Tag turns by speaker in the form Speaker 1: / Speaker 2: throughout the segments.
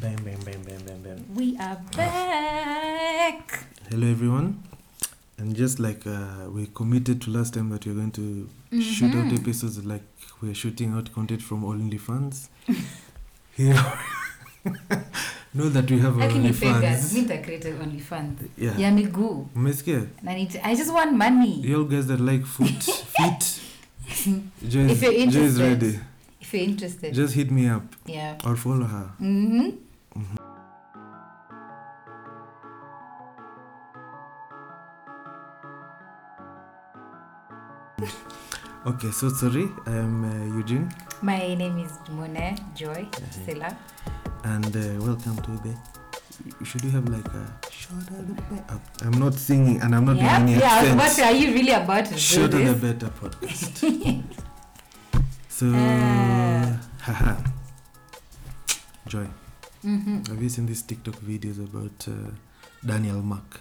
Speaker 1: Bam, bam, bam, bam, bam, bam.
Speaker 2: We are back.
Speaker 1: Hello, everyone. And just like uh, we committed to last time that we're going to shoot out
Speaker 2: Mhm.
Speaker 1: episodes, like we're shooting out content from all OnlyFans. Here, know that we have our
Speaker 2: Lakini beggars, mi
Speaker 1: OnlyFans.
Speaker 2: nitacreate OnlyFans
Speaker 1: Yeah.
Speaker 2: ya miguu
Speaker 1: Mmesikia?
Speaker 2: na nit- I just want money.
Speaker 1: You all guys that like foot, feet, Joy
Speaker 2: If you're
Speaker 1: is- Joy is
Speaker 2: interested.
Speaker 1: ready.
Speaker 2: If you're interested.
Speaker 1: Just hit me up
Speaker 2: yeah.
Speaker 1: or follow her.
Speaker 2: Mhm.
Speaker 1: Okay, so sorry, I'm uh, Eugene,
Speaker 2: My name is Mune Joy Sila.
Speaker 1: and uh, welcome to the. Should we have like a shorter the better? I'm not singing, and I'm not
Speaker 2: yeah.
Speaker 1: doing any
Speaker 2: yeah, I was about
Speaker 1: accents.
Speaker 2: to, are you really about to do
Speaker 1: Shorter the
Speaker 2: this?
Speaker 1: better podcast. so,
Speaker 2: Ah.
Speaker 1: haha. Joy,
Speaker 2: Mhm.
Speaker 1: have you seen these TikTok videos about uh, Daniel Mark?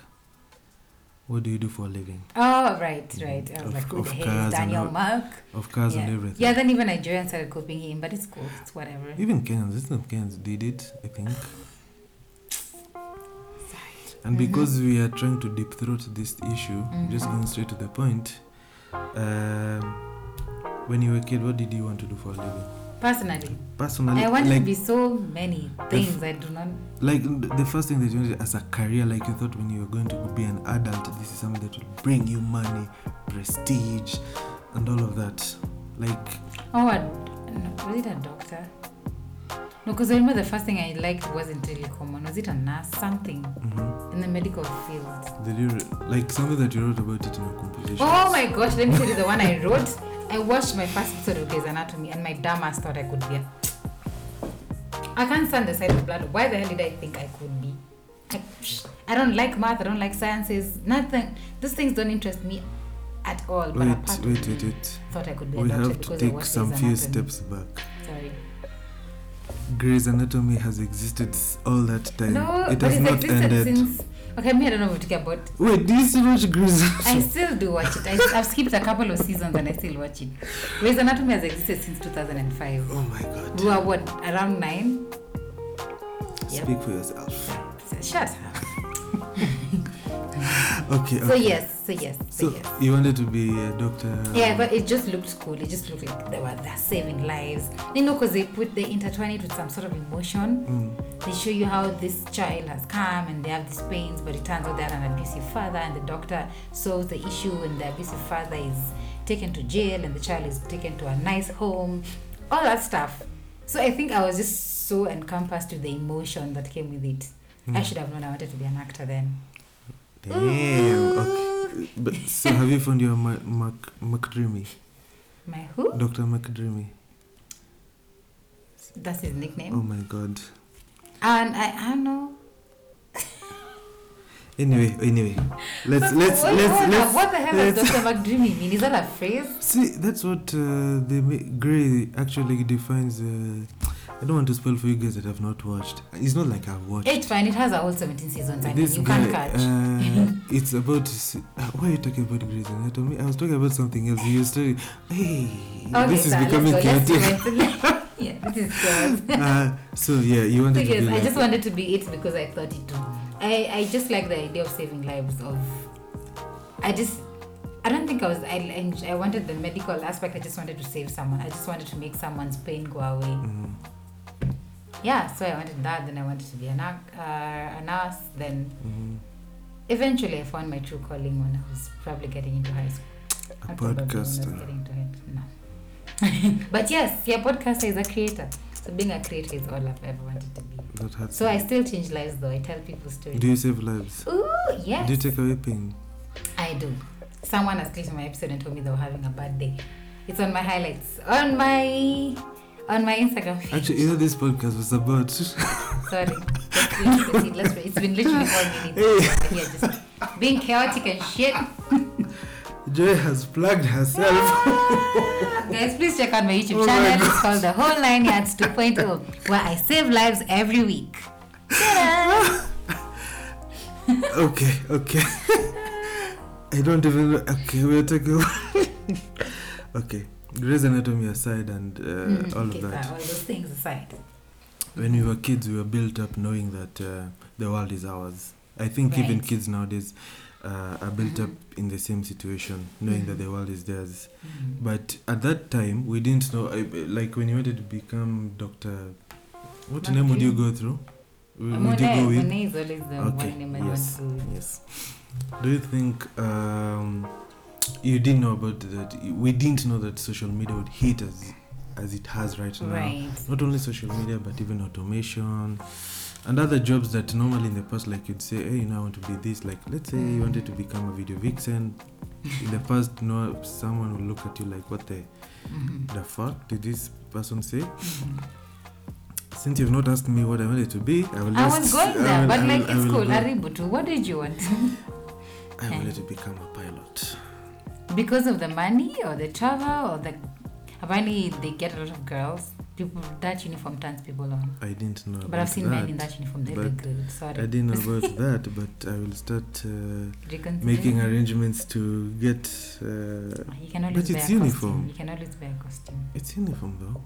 Speaker 1: What do you do for a living?
Speaker 2: Oh, right, right. I was
Speaker 1: Of-
Speaker 2: like, who
Speaker 1: of
Speaker 2: the
Speaker 1: course,
Speaker 2: hell
Speaker 1: I'm
Speaker 2: is Daniel
Speaker 1: not-
Speaker 2: Mark?
Speaker 1: Of cars
Speaker 2: Yeah.
Speaker 1: and everything.
Speaker 2: Yeah, then even I joined and started copying him, but it's cool. It's whatever.
Speaker 1: Even Kenyans, isn't Kenyans did it, I think.
Speaker 2: Mm-hmm.
Speaker 1: And because we are trying to deep throat this issue, just
Speaker 2: Mhm.
Speaker 1: going straight to the point. Um, when you were a kid, what did you want to do for a living?
Speaker 2: Personally,
Speaker 1: Personally,
Speaker 2: I want
Speaker 1: like,
Speaker 2: to be so many things I do not.
Speaker 1: like th- the first thing that you wanted as a career, like you thought when you were going to be an adult, this is something that will bring you money, prestige, and all of that. Like,
Speaker 2: Oh, a, no, was it a doctor? No, because I remember the first thing I liked wasn't really common. Was it a nurse? Something
Speaker 1: mhm.
Speaker 2: in the medical field.
Speaker 1: Did you re- like something that you wrote about it in your composition?
Speaker 2: Oh my gosh, let me tell you the one I wrote. I watched my first episode of Grey's Anatomy and my dumb ass thought I could be a. I can't stand the sight of blood. Why the hell did I think I could be? I, I don't like math, I don't like sciences, nothing. Those things don't interest me at all. But
Speaker 1: Wait,
Speaker 2: apart from
Speaker 1: wait, wait, wait.
Speaker 2: thought I could be a
Speaker 1: We
Speaker 2: doctor
Speaker 1: have to
Speaker 2: because I
Speaker 1: take
Speaker 2: watched
Speaker 1: some
Speaker 2: Grey's
Speaker 1: few
Speaker 2: Anatomy.
Speaker 1: steps back.
Speaker 2: Sorry.
Speaker 1: Grey's Anatomy has existed s- all that time.
Speaker 2: No,
Speaker 1: it
Speaker 2: but
Speaker 1: has
Speaker 2: it's
Speaker 1: not
Speaker 2: existed
Speaker 1: ended.
Speaker 2: since. Okay, me, I don't know what to talk about.
Speaker 1: Wait, do you still watch Grey's
Speaker 2: I
Speaker 1: Anatomy?
Speaker 2: still do watch it. I, I've skipped a couple of seasons and I still watch it. Grey's Anatomy has existed since 2005.
Speaker 1: Oh my god.
Speaker 2: We were what, around nine? Yep.
Speaker 1: Speak for yourself.
Speaker 2: Shut up.
Speaker 1: Okay, okay.
Speaker 2: So, yes, so yes, so,
Speaker 1: So,
Speaker 2: yes.
Speaker 1: you wanted to be a doctor?
Speaker 2: Yeah, but it just looked cool. It just looked like they were they're saving lives. You know, because they put, they intertwine it with some sort of emotion.
Speaker 1: Mm,
Speaker 2: They show you how this child has come and they have these pains, but it turns out they had an abusive father, and the doctor solves the issue, and the abusive father is taken to jail, and the child is taken to a nice home, all that stuff. So I think I was just so encompassed with the emotion that came with it.
Speaker 1: Hmm.
Speaker 2: I should have known I wanted to be an actor then.
Speaker 1: mm. damn. Okay. But, so, have you found your Ma- Mac- McDreamy?
Speaker 2: My who?
Speaker 1: Dr. McDreamy?
Speaker 2: That's his nickname.
Speaker 1: Oh my god.
Speaker 2: And I, I don't know.
Speaker 1: Anyway, anyway. Let's, let's,
Speaker 2: what,
Speaker 1: let's,
Speaker 2: what,
Speaker 1: let's.
Speaker 2: what the hell does
Speaker 1: let's-
Speaker 2: Dr. McDreamy mean? Is that a phrase?
Speaker 1: See, that's what uh, the ma- Grey actually defines. Uh, I don't want to spoil for you guys that have not watched. It's not like I've watched.
Speaker 2: It's fine. It has a whole 17 seasons. I mean,
Speaker 1: This
Speaker 2: you
Speaker 1: guy,
Speaker 2: can't catch.
Speaker 1: Uh, it's about. s- Uh, why are you talking about Grey's Anatomy? I was talking about something else. You started. Hey,
Speaker 2: Okay,
Speaker 1: this is
Speaker 2: sir,
Speaker 1: becoming
Speaker 2: let's go,
Speaker 1: chaotic.
Speaker 2: let's go, let's go. yeah, this is chaos.
Speaker 1: uh, so yeah, you
Speaker 2: So
Speaker 1: wanted to
Speaker 2: yes,
Speaker 1: be
Speaker 2: I
Speaker 1: like,
Speaker 2: just wanted to be it because I thought it too. I, I just like the idea of saving lives of I just I don't think I was I, I- I wanted the medical aspect I just wanted to save someone I just wanted to make someone's pain go away
Speaker 1: mm,
Speaker 2: yeah so I wanted that then I wanted to be an ac- uh, a nurse then
Speaker 1: mm,
Speaker 2: eventually I found my true calling when I was probably getting into high school
Speaker 1: mm-hmm. a
Speaker 2: Not probably, when I was
Speaker 1: podcaster.
Speaker 2: getting into it no but yes yeah podcaster is a creator so being a creator is all I've ever wanted to be
Speaker 1: That happened.
Speaker 2: So I still change lives though. I tell people stories.
Speaker 1: Do you save lives?
Speaker 2: Ooh, yes.
Speaker 1: Do you take away pain?
Speaker 2: I do. Someone has clicked on my episode and told me they were having a bad day. It's on my highlights. On my on my Instagram. feed.
Speaker 1: Actually, you know this podcast was about.
Speaker 2: Sorry. Let's please proceed. Let's pro- it's been literally four minutes. Here, just being chaotic and shit.
Speaker 1: Joy has plugged herself.
Speaker 2: Ah, Guys, please check out my YouTube
Speaker 1: Oh my
Speaker 2: channel. it's called The Whole Nine Yards 2.0, where I save lives every week. Ta-da!
Speaker 1: okay, okay. I don't even know. Okay, we're talking. okay, Grey's Anatomy aside and uh,
Speaker 2: Mm,
Speaker 1: all
Speaker 2: okay, mm,
Speaker 1: of that.
Speaker 2: fine, all those things aside.
Speaker 1: when we were kids, we were built up knowing that uh, the world is ours. I think even
Speaker 2: Right.
Speaker 1: kids nowadays uh, are built
Speaker 2: Mhm.
Speaker 1: up in the same situation, knowing that
Speaker 2: Mhm.
Speaker 1: the world is theirs.
Speaker 2: Mhm.
Speaker 1: But at that time, we didn't know. I, like when you wanted to become doctor, what name would you go through? Wh- Would you
Speaker 2: Monet-
Speaker 1: go with?
Speaker 2: Monet is always the
Speaker 1: Okay,
Speaker 2: one name I
Speaker 1: yes,
Speaker 2: want to.
Speaker 1: Yes. Do you think um, you didn't know about that? We didn't know that social media would hit as as it has right now.
Speaker 2: Right.
Speaker 1: not only social media but even automation and other jobs that normally in the past like you'd say hey you know i want to be this like let's say you wanted to become a video vixen in the past no someone will look at you like what the
Speaker 2: Mhm.
Speaker 1: the fuck did this person say
Speaker 2: Mhm.
Speaker 1: since you've not asked me what i wanted to be i will
Speaker 2: I
Speaker 1: just
Speaker 2: was going there,
Speaker 1: I will-
Speaker 2: but
Speaker 1: I will-
Speaker 2: like
Speaker 1: I
Speaker 2: it's
Speaker 1: will
Speaker 2: cool.
Speaker 1: go.
Speaker 2: Aribu too. What did you want?
Speaker 1: i wanted to become a pilot
Speaker 2: because of the money or the travel or the apparently they get a lot of girls. People that uniform turns people on.
Speaker 1: i didn't know
Speaker 2: But
Speaker 1: about
Speaker 2: I've seen
Speaker 1: that.
Speaker 2: men in that uniform. They look
Speaker 1: but
Speaker 2: good.
Speaker 1: i
Speaker 2: Sorry.
Speaker 1: didn't know about that but i will start uh,
Speaker 2: Reconsider.
Speaker 1: making arrangements to get uh,
Speaker 2: You can always
Speaker 1: But it's
Speaker 2: wear a costume.
Speaker 1: uniform.
Speaker 2: You can always wear a costume.
Speaker 1: It's uniform though.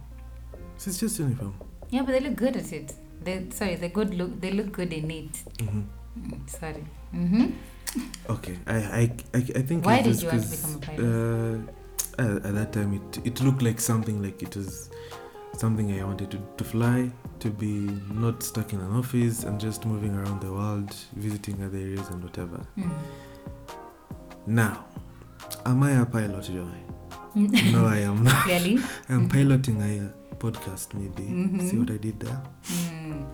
Speaker 1: So it's just uniform.
Speaker 2: Yeah, but they look good at it. They sorry, they good look. They look good in it.
Speaker 1: Mm-hmm.
Speaker 2: Mm, Sorry. Mm-hmm.
Speaker 1: Okay, I I, I, I think.
Speaker 2: Why
Speaker 1: it
Speaker 2: did
Speaker 1: was
Speaker 2: you want to
Speaker 1: 'cause,
Speaker 2: become a
Speaker 1: Uh, at, at that time, it it looked like something like it was something I wanted to to fly, to be not stuck in an office and just moving around the world, visiting other areas and whatever. Now, am I a pilot, Joy?
Speaker 2: Mm.
Speaker 1: no, I am not.
Speaker 2: Clearly.
Speaker 1: I'm piloting a podcast, maybe. See
Speaker 2: Mhm.
Speaker 1: what I did there.
Speaker 2: Mm.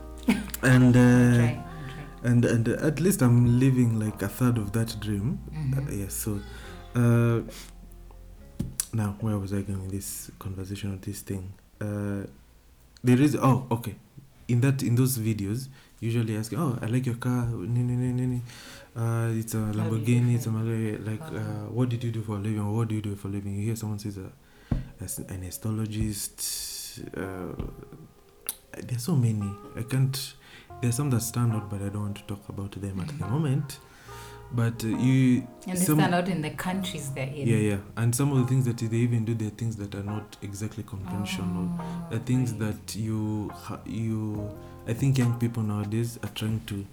Speaker 1: And uh,
Speaker 2: Try. Try.
Speaker 1: and and uh, at least I'm living like a third of that dream. Uh,
Speaker 2: Mhm.
Speaker 1: yes, so uh, now where was I going in this conversation or this thing? Uh, there is oh okay, in that in those videos usually ask oh I like your car, ni, ni, ni, ni, ni. Uh, it's a
Speaker 2: do you
Speaker 1: Lamborghini, it's a
Speaker 2: define-
Speaker 1: Maserati," like uh, what did you do for a living? Or what do you do for a living? You hear someone says a, a s- an histologist. Uh, there's so many I can't. There's some that stand out, but I don't want to talk about them at the
Speaker 2: Mhm.
Speaker 1: moment. But uh, you
Speaker 2: And they
Speaker 1: some-
Speaker 2: stand out in the countries they're in.
Speaker 1: yeah, yeah. And some of the things that they even do, they're things that are not exactly conventional.
Speaker 2: Oh,
Speaker 1: The things
Speaker 2: right.
Speaker 1: that you, ha- you, I think young people nowadays are trying to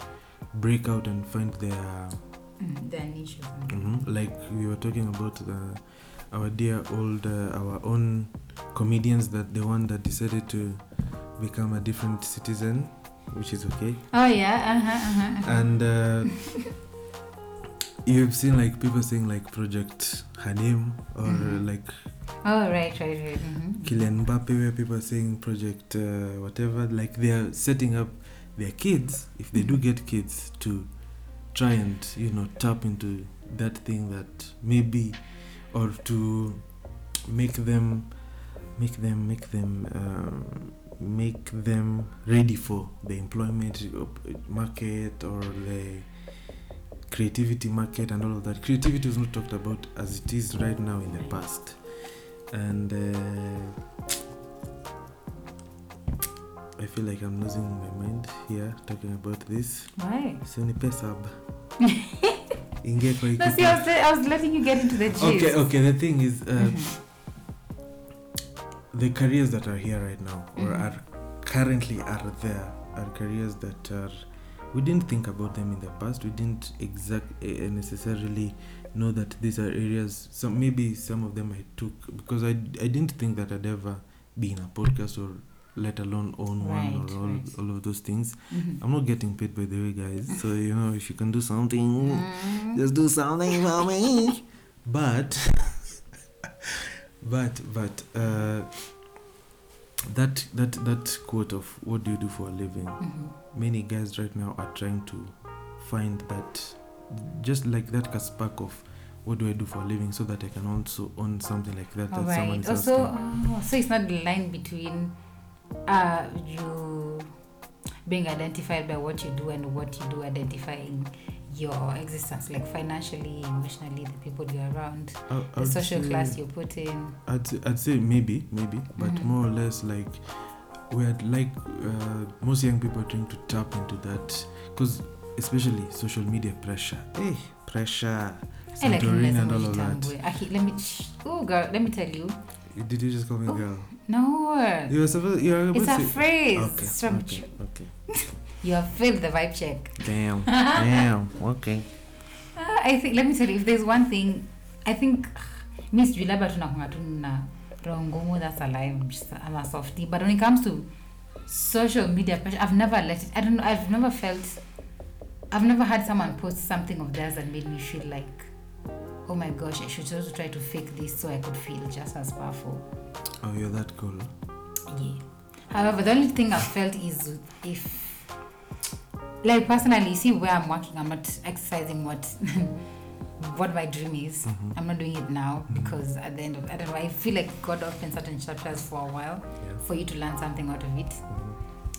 Speaker 1: break out and find their,
Speaker 2: Mm, their niches.
Speaker 1: Mhm. like we were talking about the, our dear old, uh, our own comedians that the one that decided to become a different citizen, which is okay.
Speaker 2: Oh yeah. Uh huh. Uh huh.
Speaker 1: And uh, you've seen like people saying like Project Hanim or uh,
Speaker 2: Mhm.
Speaker 1: like
Speaker 2: Oh right, right, right. Mm-hmm.
Speaker 1: Kylian Mbappe, where people are saying project uh, whatever, like they are setting up their kids, if they do get kids, to try and you know tap into that thing that maybe, or to make them, make them, make them, um, make them ready for the employment op- market or the creativity market and all of that. Creativity is not talked about as it is right now in the past, and. Uh, I feel like I'm losing my mind here talking about this.
Speaker 2: Why?
Speaker 1: So ni pesa haba. Ingia kwa hii
Speaker 2: No, see, I was,
Speaker 1: kitu.
Speaker 2: I was letting you get into the gist.
Speaker 1: Okay, okay. The thing is, uh,
Speaker 2: Mhm.
Speaker 1: the careers that are here right now, or
Speaker 2: Mhm.
Speaker 1: are currently are there, are careers that are we didn't think about them in the past. We didn't exact eh, eh, necessarily know that these are areas. Some maybe some of them I took because I I didn't think that I'd ever be in a podcast or let alone own one
Speaker 2: Right,
Speaker 1: or all,
Speaker 2: right.
Speaker 1: all of those things.
Speaker 2: Mhm.
Speaker 1: I'm not getting paid by the way, guys. So you know, if you can do something,
Speaker 2: Mm.
Speaker 1: just do something for me. But, but, but uh, that that that quote of "What do you do for a living?"
Speaker 2: Mhm.
Speaker 1: Many guys right now are trying to find that, just like that spark of "What do I do for a living?" So that I can also own something like that.
Speaker 2: All
Speaker 1: that someone
Speaker 2: right.
Speaker 1: is
Speaker 2: Also,
Speaker 1: asking.
Speaker 2: oh, so it's not the line between uh, you being identified by what you do and what you do identifying your existence, like financially, emotionally, the people you're around,
Speaker 1: I- I
Speaker 2: the
Speaker 1: would
Speaker 2: social
Speaker 1: say-
Speaker 2: class you put in.
Speaker 1: I'd, say- I'd say maybe, maybe, but
Speaker 2: Mhm.
Speaker 1: more or less like we're at- like uh, most young people are trying to tap into that because especially social media pressure. Hey, pressure.
Speaker 2: I Eh, like
Speaker 1: Santorini and all of that. Eh,
Speaker 2: Let me. Shh, oh, girl. Let me tell you.
Speaker 1: Did you just call me
Speaker 2: Oh.
Speaker 1: girl?
Speaker 2: No.
Speaker 1: You were supposed. You were
Speaker 2: It's
Speaker 1: about
Speaker 2: a
Speaker 1: to-
Speaker 2: phrase.
Speaker 1: Okay.
Speaker 2: It's from
Speaker 1: okay. Okay.
Speaker 2: You have failed the vibe check.
Speaker 1: Damn. Damn. Okay.
Speaker 2: Ah, I think let me tell you if there's one thing I think mi sijui labda tunakunga tu na roho ngumu that's a lie I'm just- I'm a softie but when it comes to social media pressure I've never let it I don't know I've never felt I've never had someone post something of theirs that made me feel like oh my gosh I should also try to fake this so I could feel just as powerful
Speaker 1: Oh, you're that cool.
Speaker 2: yeah. However, the only thing I've felt is if, like personally, you see where I'm working, I'm not exercising what what my dream is. I'm not doing it now because at the end of I don't know. I feel like God opens certain chapters for a while
Speaker 1: Yeah.
Speaker 2: for you to learn something out of it.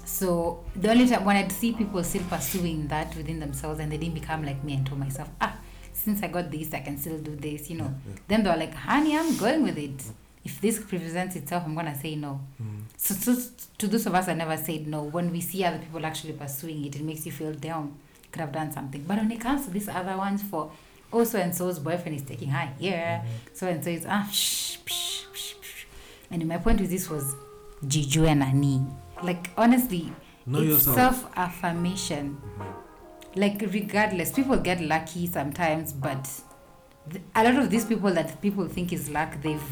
Speaker 2: So the only time when I'd see people still pursuing that within themselves and they didn't become like me and told myself, ah, since I got this, I can still do this, you know. Then they were like, honey, I'm going with it. If this presents itself, I'm gonna say no.
Speaker 1: Mm.
Speaker 2: So, so to those of us that never said no, when we see other people actually pursuing it, it makes you feel down. Could have done something. But when it comes to these other ones, for oh so and so's boyfriend is taking her here,
Speaker 1: Mm-hmm.
Speaker 2: so and so is ah psh, psh, psh, psh. And my point with this was Jiju and Ani. Like honestly,
Speaker 1: Know
Speaker 2: it's
Speaker 1: yourself. Mm-hmm.
Speaker 2: self affirmation. Like regardless, people get lucky sometimes, but th- a lot of these people that people think is luck, they've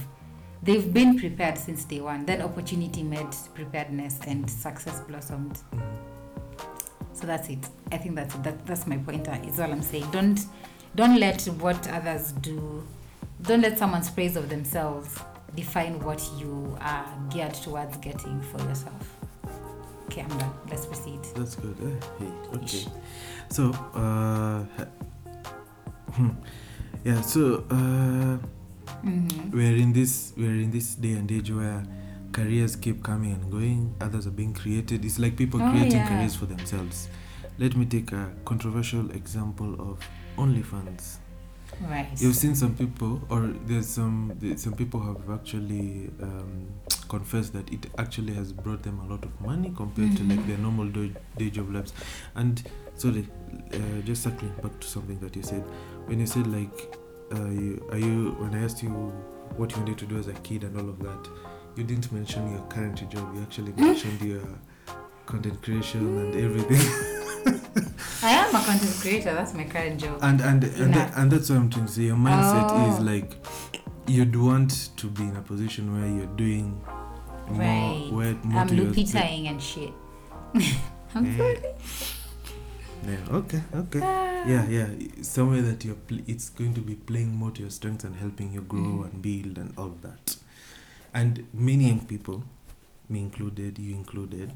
Speaker 2: they've been prepared since day one. Then opportunity met preparedness and success blossomed. So that's it. I think that's that, that's my pointer. Is all I'm saying. Don't don't let what others do. Don't let someone's praise of themselves define what you are geared towards getting for yourself. Okay, I'm done. Let's proceed.
Speaker 1: That's good. Eh? Hey.
Speaker 2: Ish.
Speaker 1: Okay. So, uh, hmm. yeah. So, uh,
Speaker 2: Mm-hmm.
Speaker 1: we're in this we're in this day and age where careers keep coming and going others are being created it's like people
Speaker 2: Oh,
Speaker 1: creating
Speaker 2: yeah.
Speaker 1: careers for themselves let me take a controversial example of onlyfans
Speaker 2: Right.
Speaker 1: you've seen some people or there's some there's some people have actually um, confessed that it actually has brought them a lot of money compared to like
Speaker 2: Mhm.
Speaker 1: their normal do- day job lives and sorry uh, just circling back to something that you said when you said like uh, you, are you when i asked you what you wanted to do as a kid and all of that you didn't mention your current job you actually mentioned your content creation and everything
Speaker 2: I am a content creator. That's my current job.
Speaker 1: and and and, that,
Speaker 2: Enough.
Speaker 1: and that's what i'm trying to say your mindset is
Speaker 2: Oh.
Speaker 1: like you'd want to be in a position where you're doing more
Speaker 2: Right.
Speaker 1: where more
Speaker 2: I'm
Speaker 1: to your-
Speaker 2: Lupitaing and shit. I'm
Speaker 1: Yeah.
Speaker 2: sorry.
Speaker 1: yeah okay okay
Speaker 2: Ah.
Speaker 1: yeah yeah somewhere that you're pl- it's going to be playing more to your strengths and helping you grow
Speaker 2: Mhm.
Speaker 1: and build and all that and many young people me included you included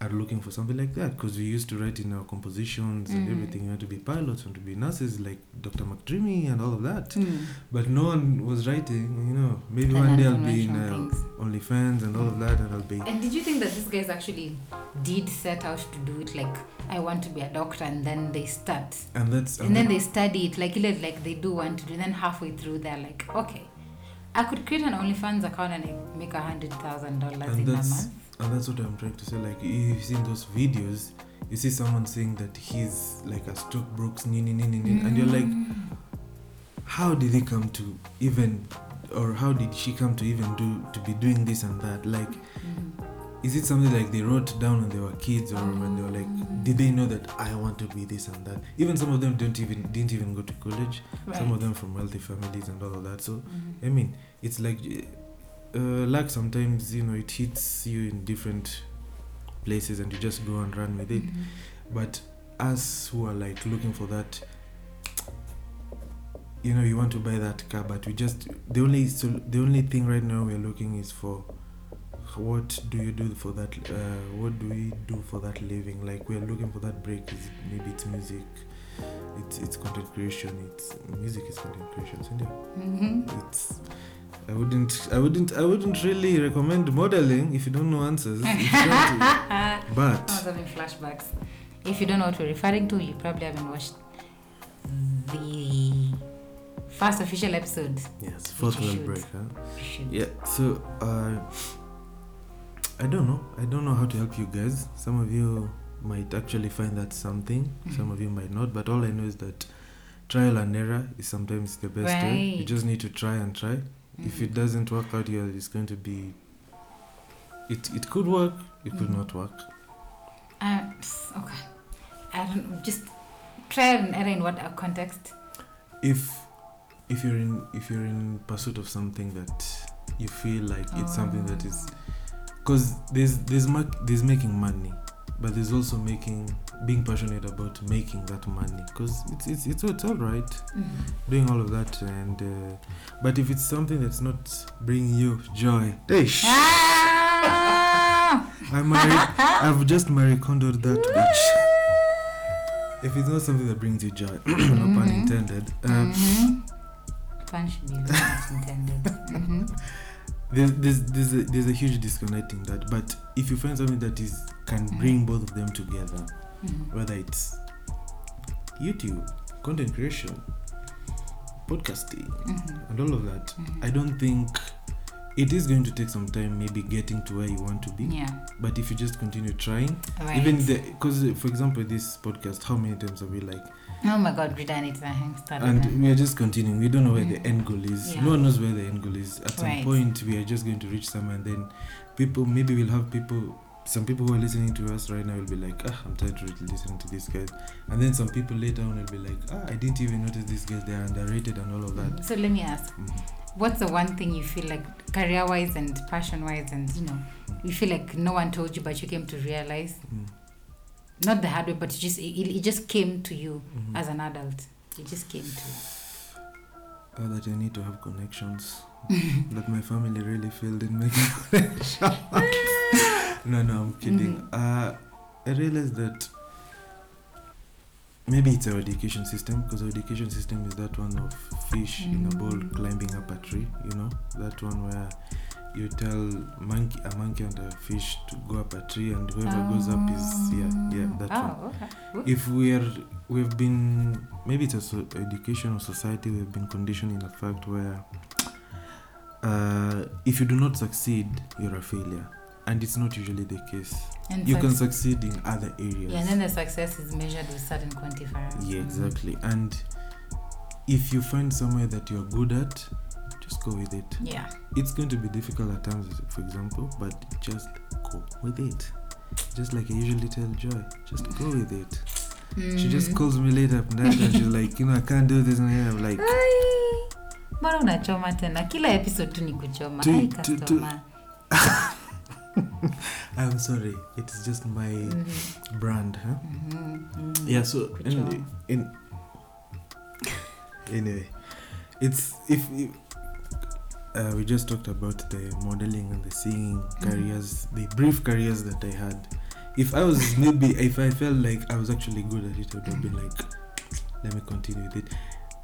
Speaker 1: are looking for something like that because we used to write in our compositions and
Speaker 2: Mm.
Speaker 1: everything you want to be pilots want to be nurses like dr mcdreamy and all of that
Speaker 2: Mm.
Speaker 1: but no one was writing you know maybe
Speaker 2: Like
Speaker 1: one day i'll be in
Speaker 2: unconventional
Speaker 1: uh,
Speaker 2: things.
Speaker 1: onlyfans and all of that and i'll be
Speaker 2: And did you think that these guys actually did set out to do it? Like, I want to be a doctor, and then they start,
Speaker 1: and that's
Speaker 2: and then they study it. Like, ile- like they do want to do. Then halfway through, they're like, okay, I could create an OnlyFans account and I make a hundred thousand dollars
Speaker 1: And
Speaker 2: in a
Speaker 1: that's-
Speaker 2: month.
Speaker 1: and that's what i'm trying to say like you've seen those videos you see someone saying that he's like a stockbroker nini nini nini and you're like
Speaker 2: Mm.
Speaker 1: how did he come to even or how did she come to even do to be doing this and that like
Speaker 2: Mm.
Speaker 1: is it something like they wrote down when they were kids or when they were
Speaker 2: Mm.
Speaker 1: like did they know that i want to be this and that even some of them don't even didn't even go to college
Speaker 2: Mm-hmm. Right.
Speaker 1: Mm-hmm. some of them from wealthy families and all of that so
Speaker 2: Mhm.
Speaker 1: I mean, it's like uh, luck sometimes, you know, it hits you in different places and you just go and run with it.
Speaker 2: Mhm.
Speaker 1: But us who are like looking for that, you know, you want to buy that car, but we just the only so the only thing right now we're looking is for what do you do for that? Uh, what do we do for that living? Like we're looking for that break. Is maybe it's music, it's it's content creation. It's music is content creation, isn't it?
Speaker 2: Mhm.
Speaker 1: it's I wouldn't I wouldn't I wouldn't really recommend modeling if you don't know answers. If you don't-
Speaker 2: I was
Speaker 1: but
Speaker 2: having flashbacks. If you don't know what we're referring to, you probably haven't watched the first official episode.
Speaker 1: yes, fourth
Speaker 2: You
Speaker 1: wall
Speaker 2: should.
Speaker 1: break, huh?
Speaker 2: You should.
Speaker 1: Yeah. So uh, I don't know. I don't know how to help you guys. Some of you might actually find that something.
Speaker 2: Mm-hmm.
Speaker 1: Some of you might not. But all I know is that trial and error is sometimes the best way. You
Speaker 2: Right.
Speaker 1: just need to try and try. If
Speaker 2: Mm.
Speaker 1: it doesn't work out, you're it's going to be it, it could work, it could
Speaker 2: Mhm.
Speaker 1: not work.
Speaker 2: Uh, pss, okay. I don't just try and error in what uh, context.
Speaker 1: If if you're in if you're in pursuit of something that you feel like
Speaker 2: Oh.
Speaker 1: it's something that is because there's there's ma- there's making money, but there's also making being passionate about making that money because it's it's it's, it's all right.
Speaker 2: Mhm.
Speaker 1: doing all of that and uh, but if it's something that's not bringing you joy hey
Speaker 2: Ah!
Speaker 1: i married i've just married condoed that bitch if it's not something that brings you joy no pun
Speaker 2: Mhm.
Speaker 1: intended um,
Speaker 2: Mhm. Fun should be less intended. Mhm.
Speaker 1: there's there's there's a, there's a huge disconnect in that but if you find something that is can
Speaker 2: Mm.
Speaker 1: bring both of them together
Speaker 2: Mhm.
Speaker 1: whether it's youtube content creation podcasting
Speaker 2: Mhm.
Speaker 1: and all of that
Speaker 2: Mhm.
Speaker 1: I don't think it is going to take some time, maybe getting to where you want to be.
Speaker 2: Yeah.
Speaker 1: But if you just continue trying,
Speaker 2: Right.
Speaker 1: even the because for example, this podcast, how many times have we like,
Speaker 2: oh my God, we done it. I hang started.
Speaker 1: and we are just continuing. We don't know where
Speaker 2: Mm.
Speaker 1: the end goal is.
Speaker 2: Yeah.
Speaker 1: No one knows where the end goal is. At some
Speaker 2: Right.
Speaker 1: point, we are just going to reach somewhere, and then people maybe we'll have people. Some people who are listening to us right now will be like, ah, I'm tired of listening to these guys. And then some people later on will be like, ah, I didn't even notice these guys. They are underrated and all of that.
Speaker 2: So let me ask,
Speaker 1: Mhm.
Speaker 2: what's the one thing you feel like career-wise and passion-wise, and you know, you feel like no one told you, but you came to realize,
Speaker 1: Mhm.
Speaker 2: not the hard way, but it just it, it just came to you
Speaker 1: Mhm.
Speaker 2: as an adult. It just came to you.
Speaker 1: Oh, that I need to have connections. that my family really failed in making connections. no, no, I'm kidding.
Speaker 2: Mhm.
Speaker 1: Uh, I realized that maybe it's our education system because our education system is that one of fish in a bowl
Speaker 2: Mm.
Speaker 1: climbing up a tree. You know that one where you tell monkey a monkey and a fish to go up a tree, and whoever goes up is yeah, yeah, that one
Speaker 2: oh, okay. Whoop.
Speaker 1: if we are we've been maybe it's a so, education or society we've been conditioned in the fact where uh, if you do not succeed you're a failure and it's not usually the case
Speaker 2: And
Speaker 1: you
Speaker 2: suc-
Speaker 1: can succeed in other areas
Speaker 2: Yeah, and then the success is measured with certain quantifiers.
Speaker 1: Yeah, exactly and if you find somewhere that you're good at just go with it
Speaker 2: Yeah.
Speaker 1: it's going to be difficult at times for example but just go with it just like i usually tell joy just go with it she just
Speaker 2: Mhm.
Speaker 1: calls me later at night and she's like, you know, I can't do this. And I'm like,
Speaker 2: Ai, mbona unachoma tena kila episode tu ni kuchoma
Speaker 1: Tu-
Speaker 2: Ai,
Speaker 1: tu- tu-
Speaker 2: customer.
Speaker 1: I'm sorry, it's just my
Speaker 2: Mhm,
Speaker 1: brand, huh?
Speaker 2: mhm, mhm.
Speaker 1: Mm-hmm. Yeah. So
Speaker 2: Good
Speaker 1: anyway,
Speaker 2: job.
Speaker 1: in anyway, it's if, if uh, we just talked about the modeling and the singing
Speaker 2: Mm-hmm.
Speaker 1: careers, the brief careers that I had. If I was maybe if I felt like I was actually good at it, I would have been like, let me continue with it.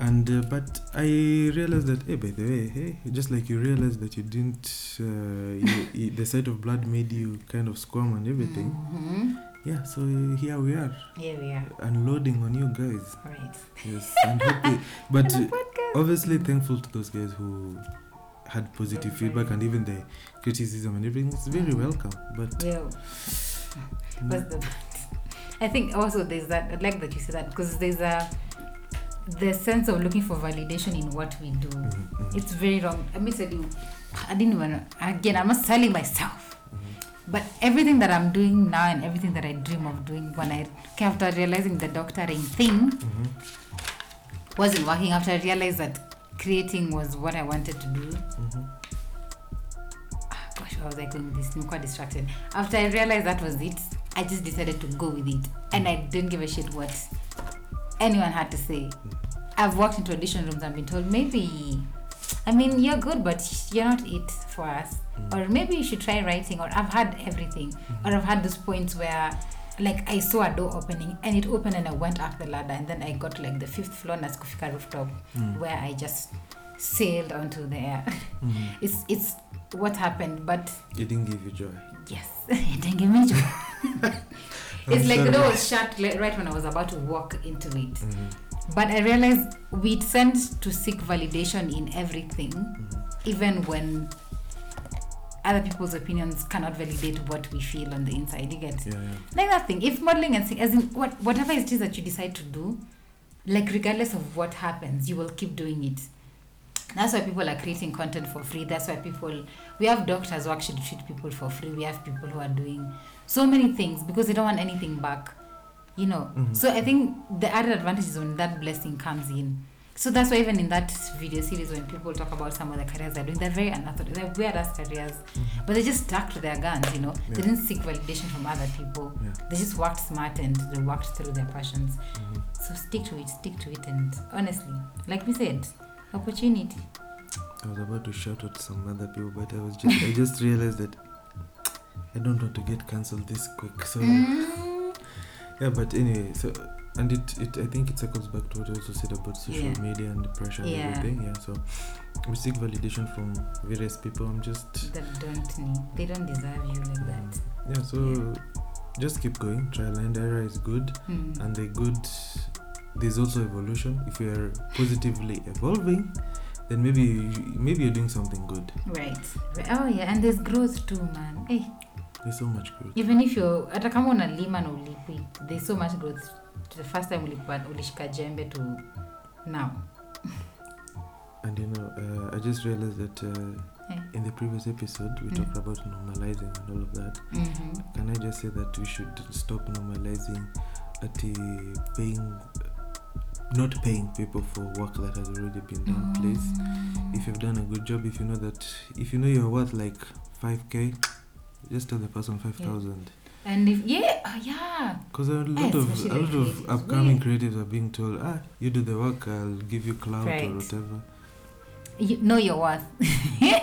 Speaker 1: And uh, but I realized that hey, by the way, hey, just like you realized that you didn't, uh, you, you, the sight of blood made you kind of squirm and everything.
Speaker 2: Mhm.
Speaker 1: Yeah, so uh, here we are
Speaker 2: Here we are.
Speaker 1: unloading on you guys.
Speaker 2: Right.
Speaker 1: Yes, and happy. But
Speaker 2: And
Speaker 1: uh,
Speaker 2: the podcast.
Speaker 1: obviously, thankful to those guys who had positive feedback and even the criticism and everything. It's very welcome. But mm-hmm.
Speaker 2: Well,
Speaker 1: no,
Speaker 2: what's the I think also there's that. I like that you say that because there's a the sense of looking for validation in what we do.
Speaker 1: Mhm, mhm,
Speaker 2: It's very wrong. Let me tell you, I didn't even again. I'm not selling myself.
Speaker 1: mhm.
Speaker 2: But everything that I'm doing now and everything that I dream of doing when I okay, after realizing the doctoring thing
Speaker 1: Mm-hmm.
Speaker 2: wasn't working, after I realized that creating was what I wanted to do.
Speaker 1: Mm-hmm.
Speaker 2: Ah, Gosh, why was I going with this? I'm quite distracted. After I realized that was it, I just decided to go with it. And I didn't give a shit what anyone had to say. I've walked into audition rooms and been told, maybe, I mean, you're good, but you're not it for us. Or maybe you should try writing. Or I've had everything. Or I've had those points where, like, I saw a door opening and it opened and I went up the ladder and then I got to, like the fifth floor and Kufika rooftop
Speaker 1: Mm,
Speaker 2: where I just sailed onto the air.
Speaker 1: mhm.
Speaker 2: It's, it's what happened, but
Speaker 1: It didn't give you joy.
Speaker 2: Yes, it didn't give me joy. it's like
Speaker 1: I'm
Speaker 2: the
Speaker 1: sorry.
Speaker 2: door was shut li- right when I was about to walk into it.
Speaker 1: Mhm,
Speaker 2: But I realized we tend to seek validation in everything,
Speaker 1: mhm,
Speaker 2: even when other people's opinions cannot validate what we feel on the inside. You get
Speaker 1: Yeah, yeah.
Speaker 2: like that thing. If modeling and sing, as in what, whatever it is that you decide to do, like regardless of what happens, you will keep doing it. That's why people are creating content for free. That's why people, we have doctors who actually treat people for free. We have people who are doing so many things because they don't want anything back, you know.
Speaker 1: Mhm.
Speaker 2: So I think the added advantage is when that blessing comes in. So that's why even in that video series, when people talk about some of the careers they're doing, they're very unorthodox, they're weird ass careers,
Speaker 1: Mhm.
Speaker 2: but they just stuck to their guns, you know. They
Speaker 1: Yeah.
Speaker 2: didn't seek validation from other people.
Speaker 1: Yeah.
Speaker 2: They just worked smart and they worked through their passions.
Speaker 1: Mhm.
Speaker 2: So stick to it, stick to it, and honestly, like we said, opportunity.
Speaker 1: I was about to shout out some other people, but I was just I just realized that I don't want to get cancelled this quick. So
Speaker 2: Mm.
Speaker 1: yeah, but anyway, so and it, it I think it circles back to what I also said about social
Speaker 2: Yeah.
Speaker 1: media and the pressure and
Speaker 2: Yeah.
Speaker 1: everything. Yeah, so we seek validation from various people. I'm just
Speaker 2: that don't need they don't deserve you like that
Speaker 1: yeah, so just keep going. Trial and error is good,
Speaker 2: Hmm.
Speaker 1: and the good there's also evolution. If you are positively evolving, then maybe you, maybe you're doing something good.
Speaker 2: right Right. oh yeah and there's growth too man hey
Speaker 1: There's so much growth.
Speaker 2: even if you hata kama unalima na ulipwi there's so much growth To the first time ulikuwa ulishika jembe to now
Speaker 1: And you know, uh, I just realized that uh,
Speaker 2: Yeah.
Speaker 1: in the previous episode we
Speaker 2: Mm.
Speaker 1: talked about normalizing and all of that.
Speaker 2: mm-hmm.
Speaker 1: Can I just say that we should stop normalizing at uh, paying, not paying people for work that has already been
Speaker 2: Mm.
Speaker 1: done? Please, if you've done a good job, if you know that, if you know you're worth like five k, just tell the person five thousand.
Speaker 2: and if yeah oh, yeah
Speaker 1: Because a lot
Speaker 2: Yeah,
Speaker 1: of a
Speaker 2: especially
Speaker 1: lot
Speaker 2: creatives.
Speaker 1: of upcoming creatives are being told, ah, you do the work, I'll give you clout
Speaker 2: Right.
Speaker 1: or whatever.
Speaker 2: you know your worth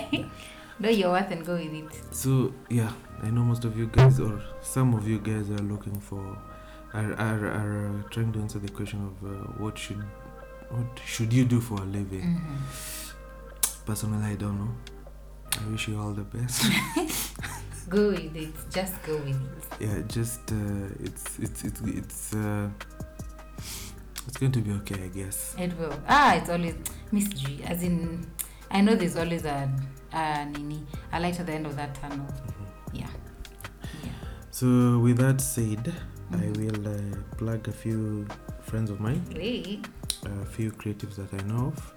Speaker 2: know your worth and go with it
Speaker 1: So yeah, I know most of you guys or some of you guys are looking for are are, are uh, trying to answer the question of uh, what should what should you do for a living?
Speaker 2: Mhm.
Speaker 1: Personally, I don't know. I wish you all the best.
Speaker 2: go with it just go with it
Speaker 1: yeah, just uh, it's it's it's it's uh, it's going to be okay, I guess.
Speaker 2: It will. Ah, it's always Miss G. As in, I know there's always a, a nini, a light at the end of that tunnel. Yeah. Yeah.
Speaker 1: So with that said, I
Speaker 2: Mhm.
Speaker 1: will uh, plug a few friends of mine.
Speaker 2: Hey.
Speaker 1: a few creatives that I know of,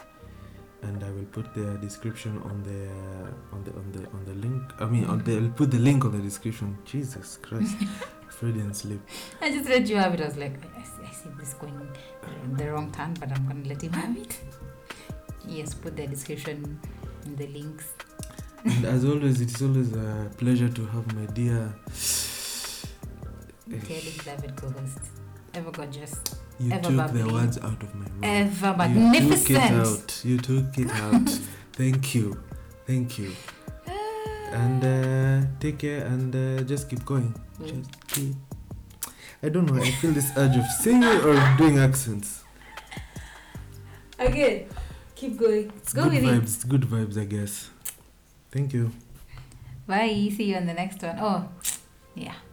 Speaker 1: and I will put the description on the uh, on the on the on the link. I mean, on the, I'll put the link on the description. Jesus Christ, Fred and sleep.
Speaker 2: I just read you have it. I was like, I see, I see this going the wrong turn, but I'm gonna let him have it. Yes, put the description in the links.
Speaker 1: And as always, it is always a pleasure to have my dear. Eh,
Speaker 2: Kelly David Ghost. Ever gorgeous.
Speaker 1: you
Speaker 2: Eva
Speaker 1: took the
Speaker 2: Babli.
Speaker 1: words out of my mouth.
Speaker 2: Ever
Speaker 1: You took it
Speaker 2: magnificent.
Speaker 1: out. You took it out. Thank you. Thank you. And uh, take care and uh, just keep going.
Speaker 2: Mm.
Speaker 1: Just keep. I don't know. I feel this urge of singing or doing accents.
Speaker 2: Okay. Keep going.
Speaker 1: It's
Speaker 2: Go
Speaker 1: good
Speaker 2: with it.
Speaker 1: vibes. Good vibes, I guess. Thank you.
Speaker 2: Bye. See you on the next one. Oh, yeah.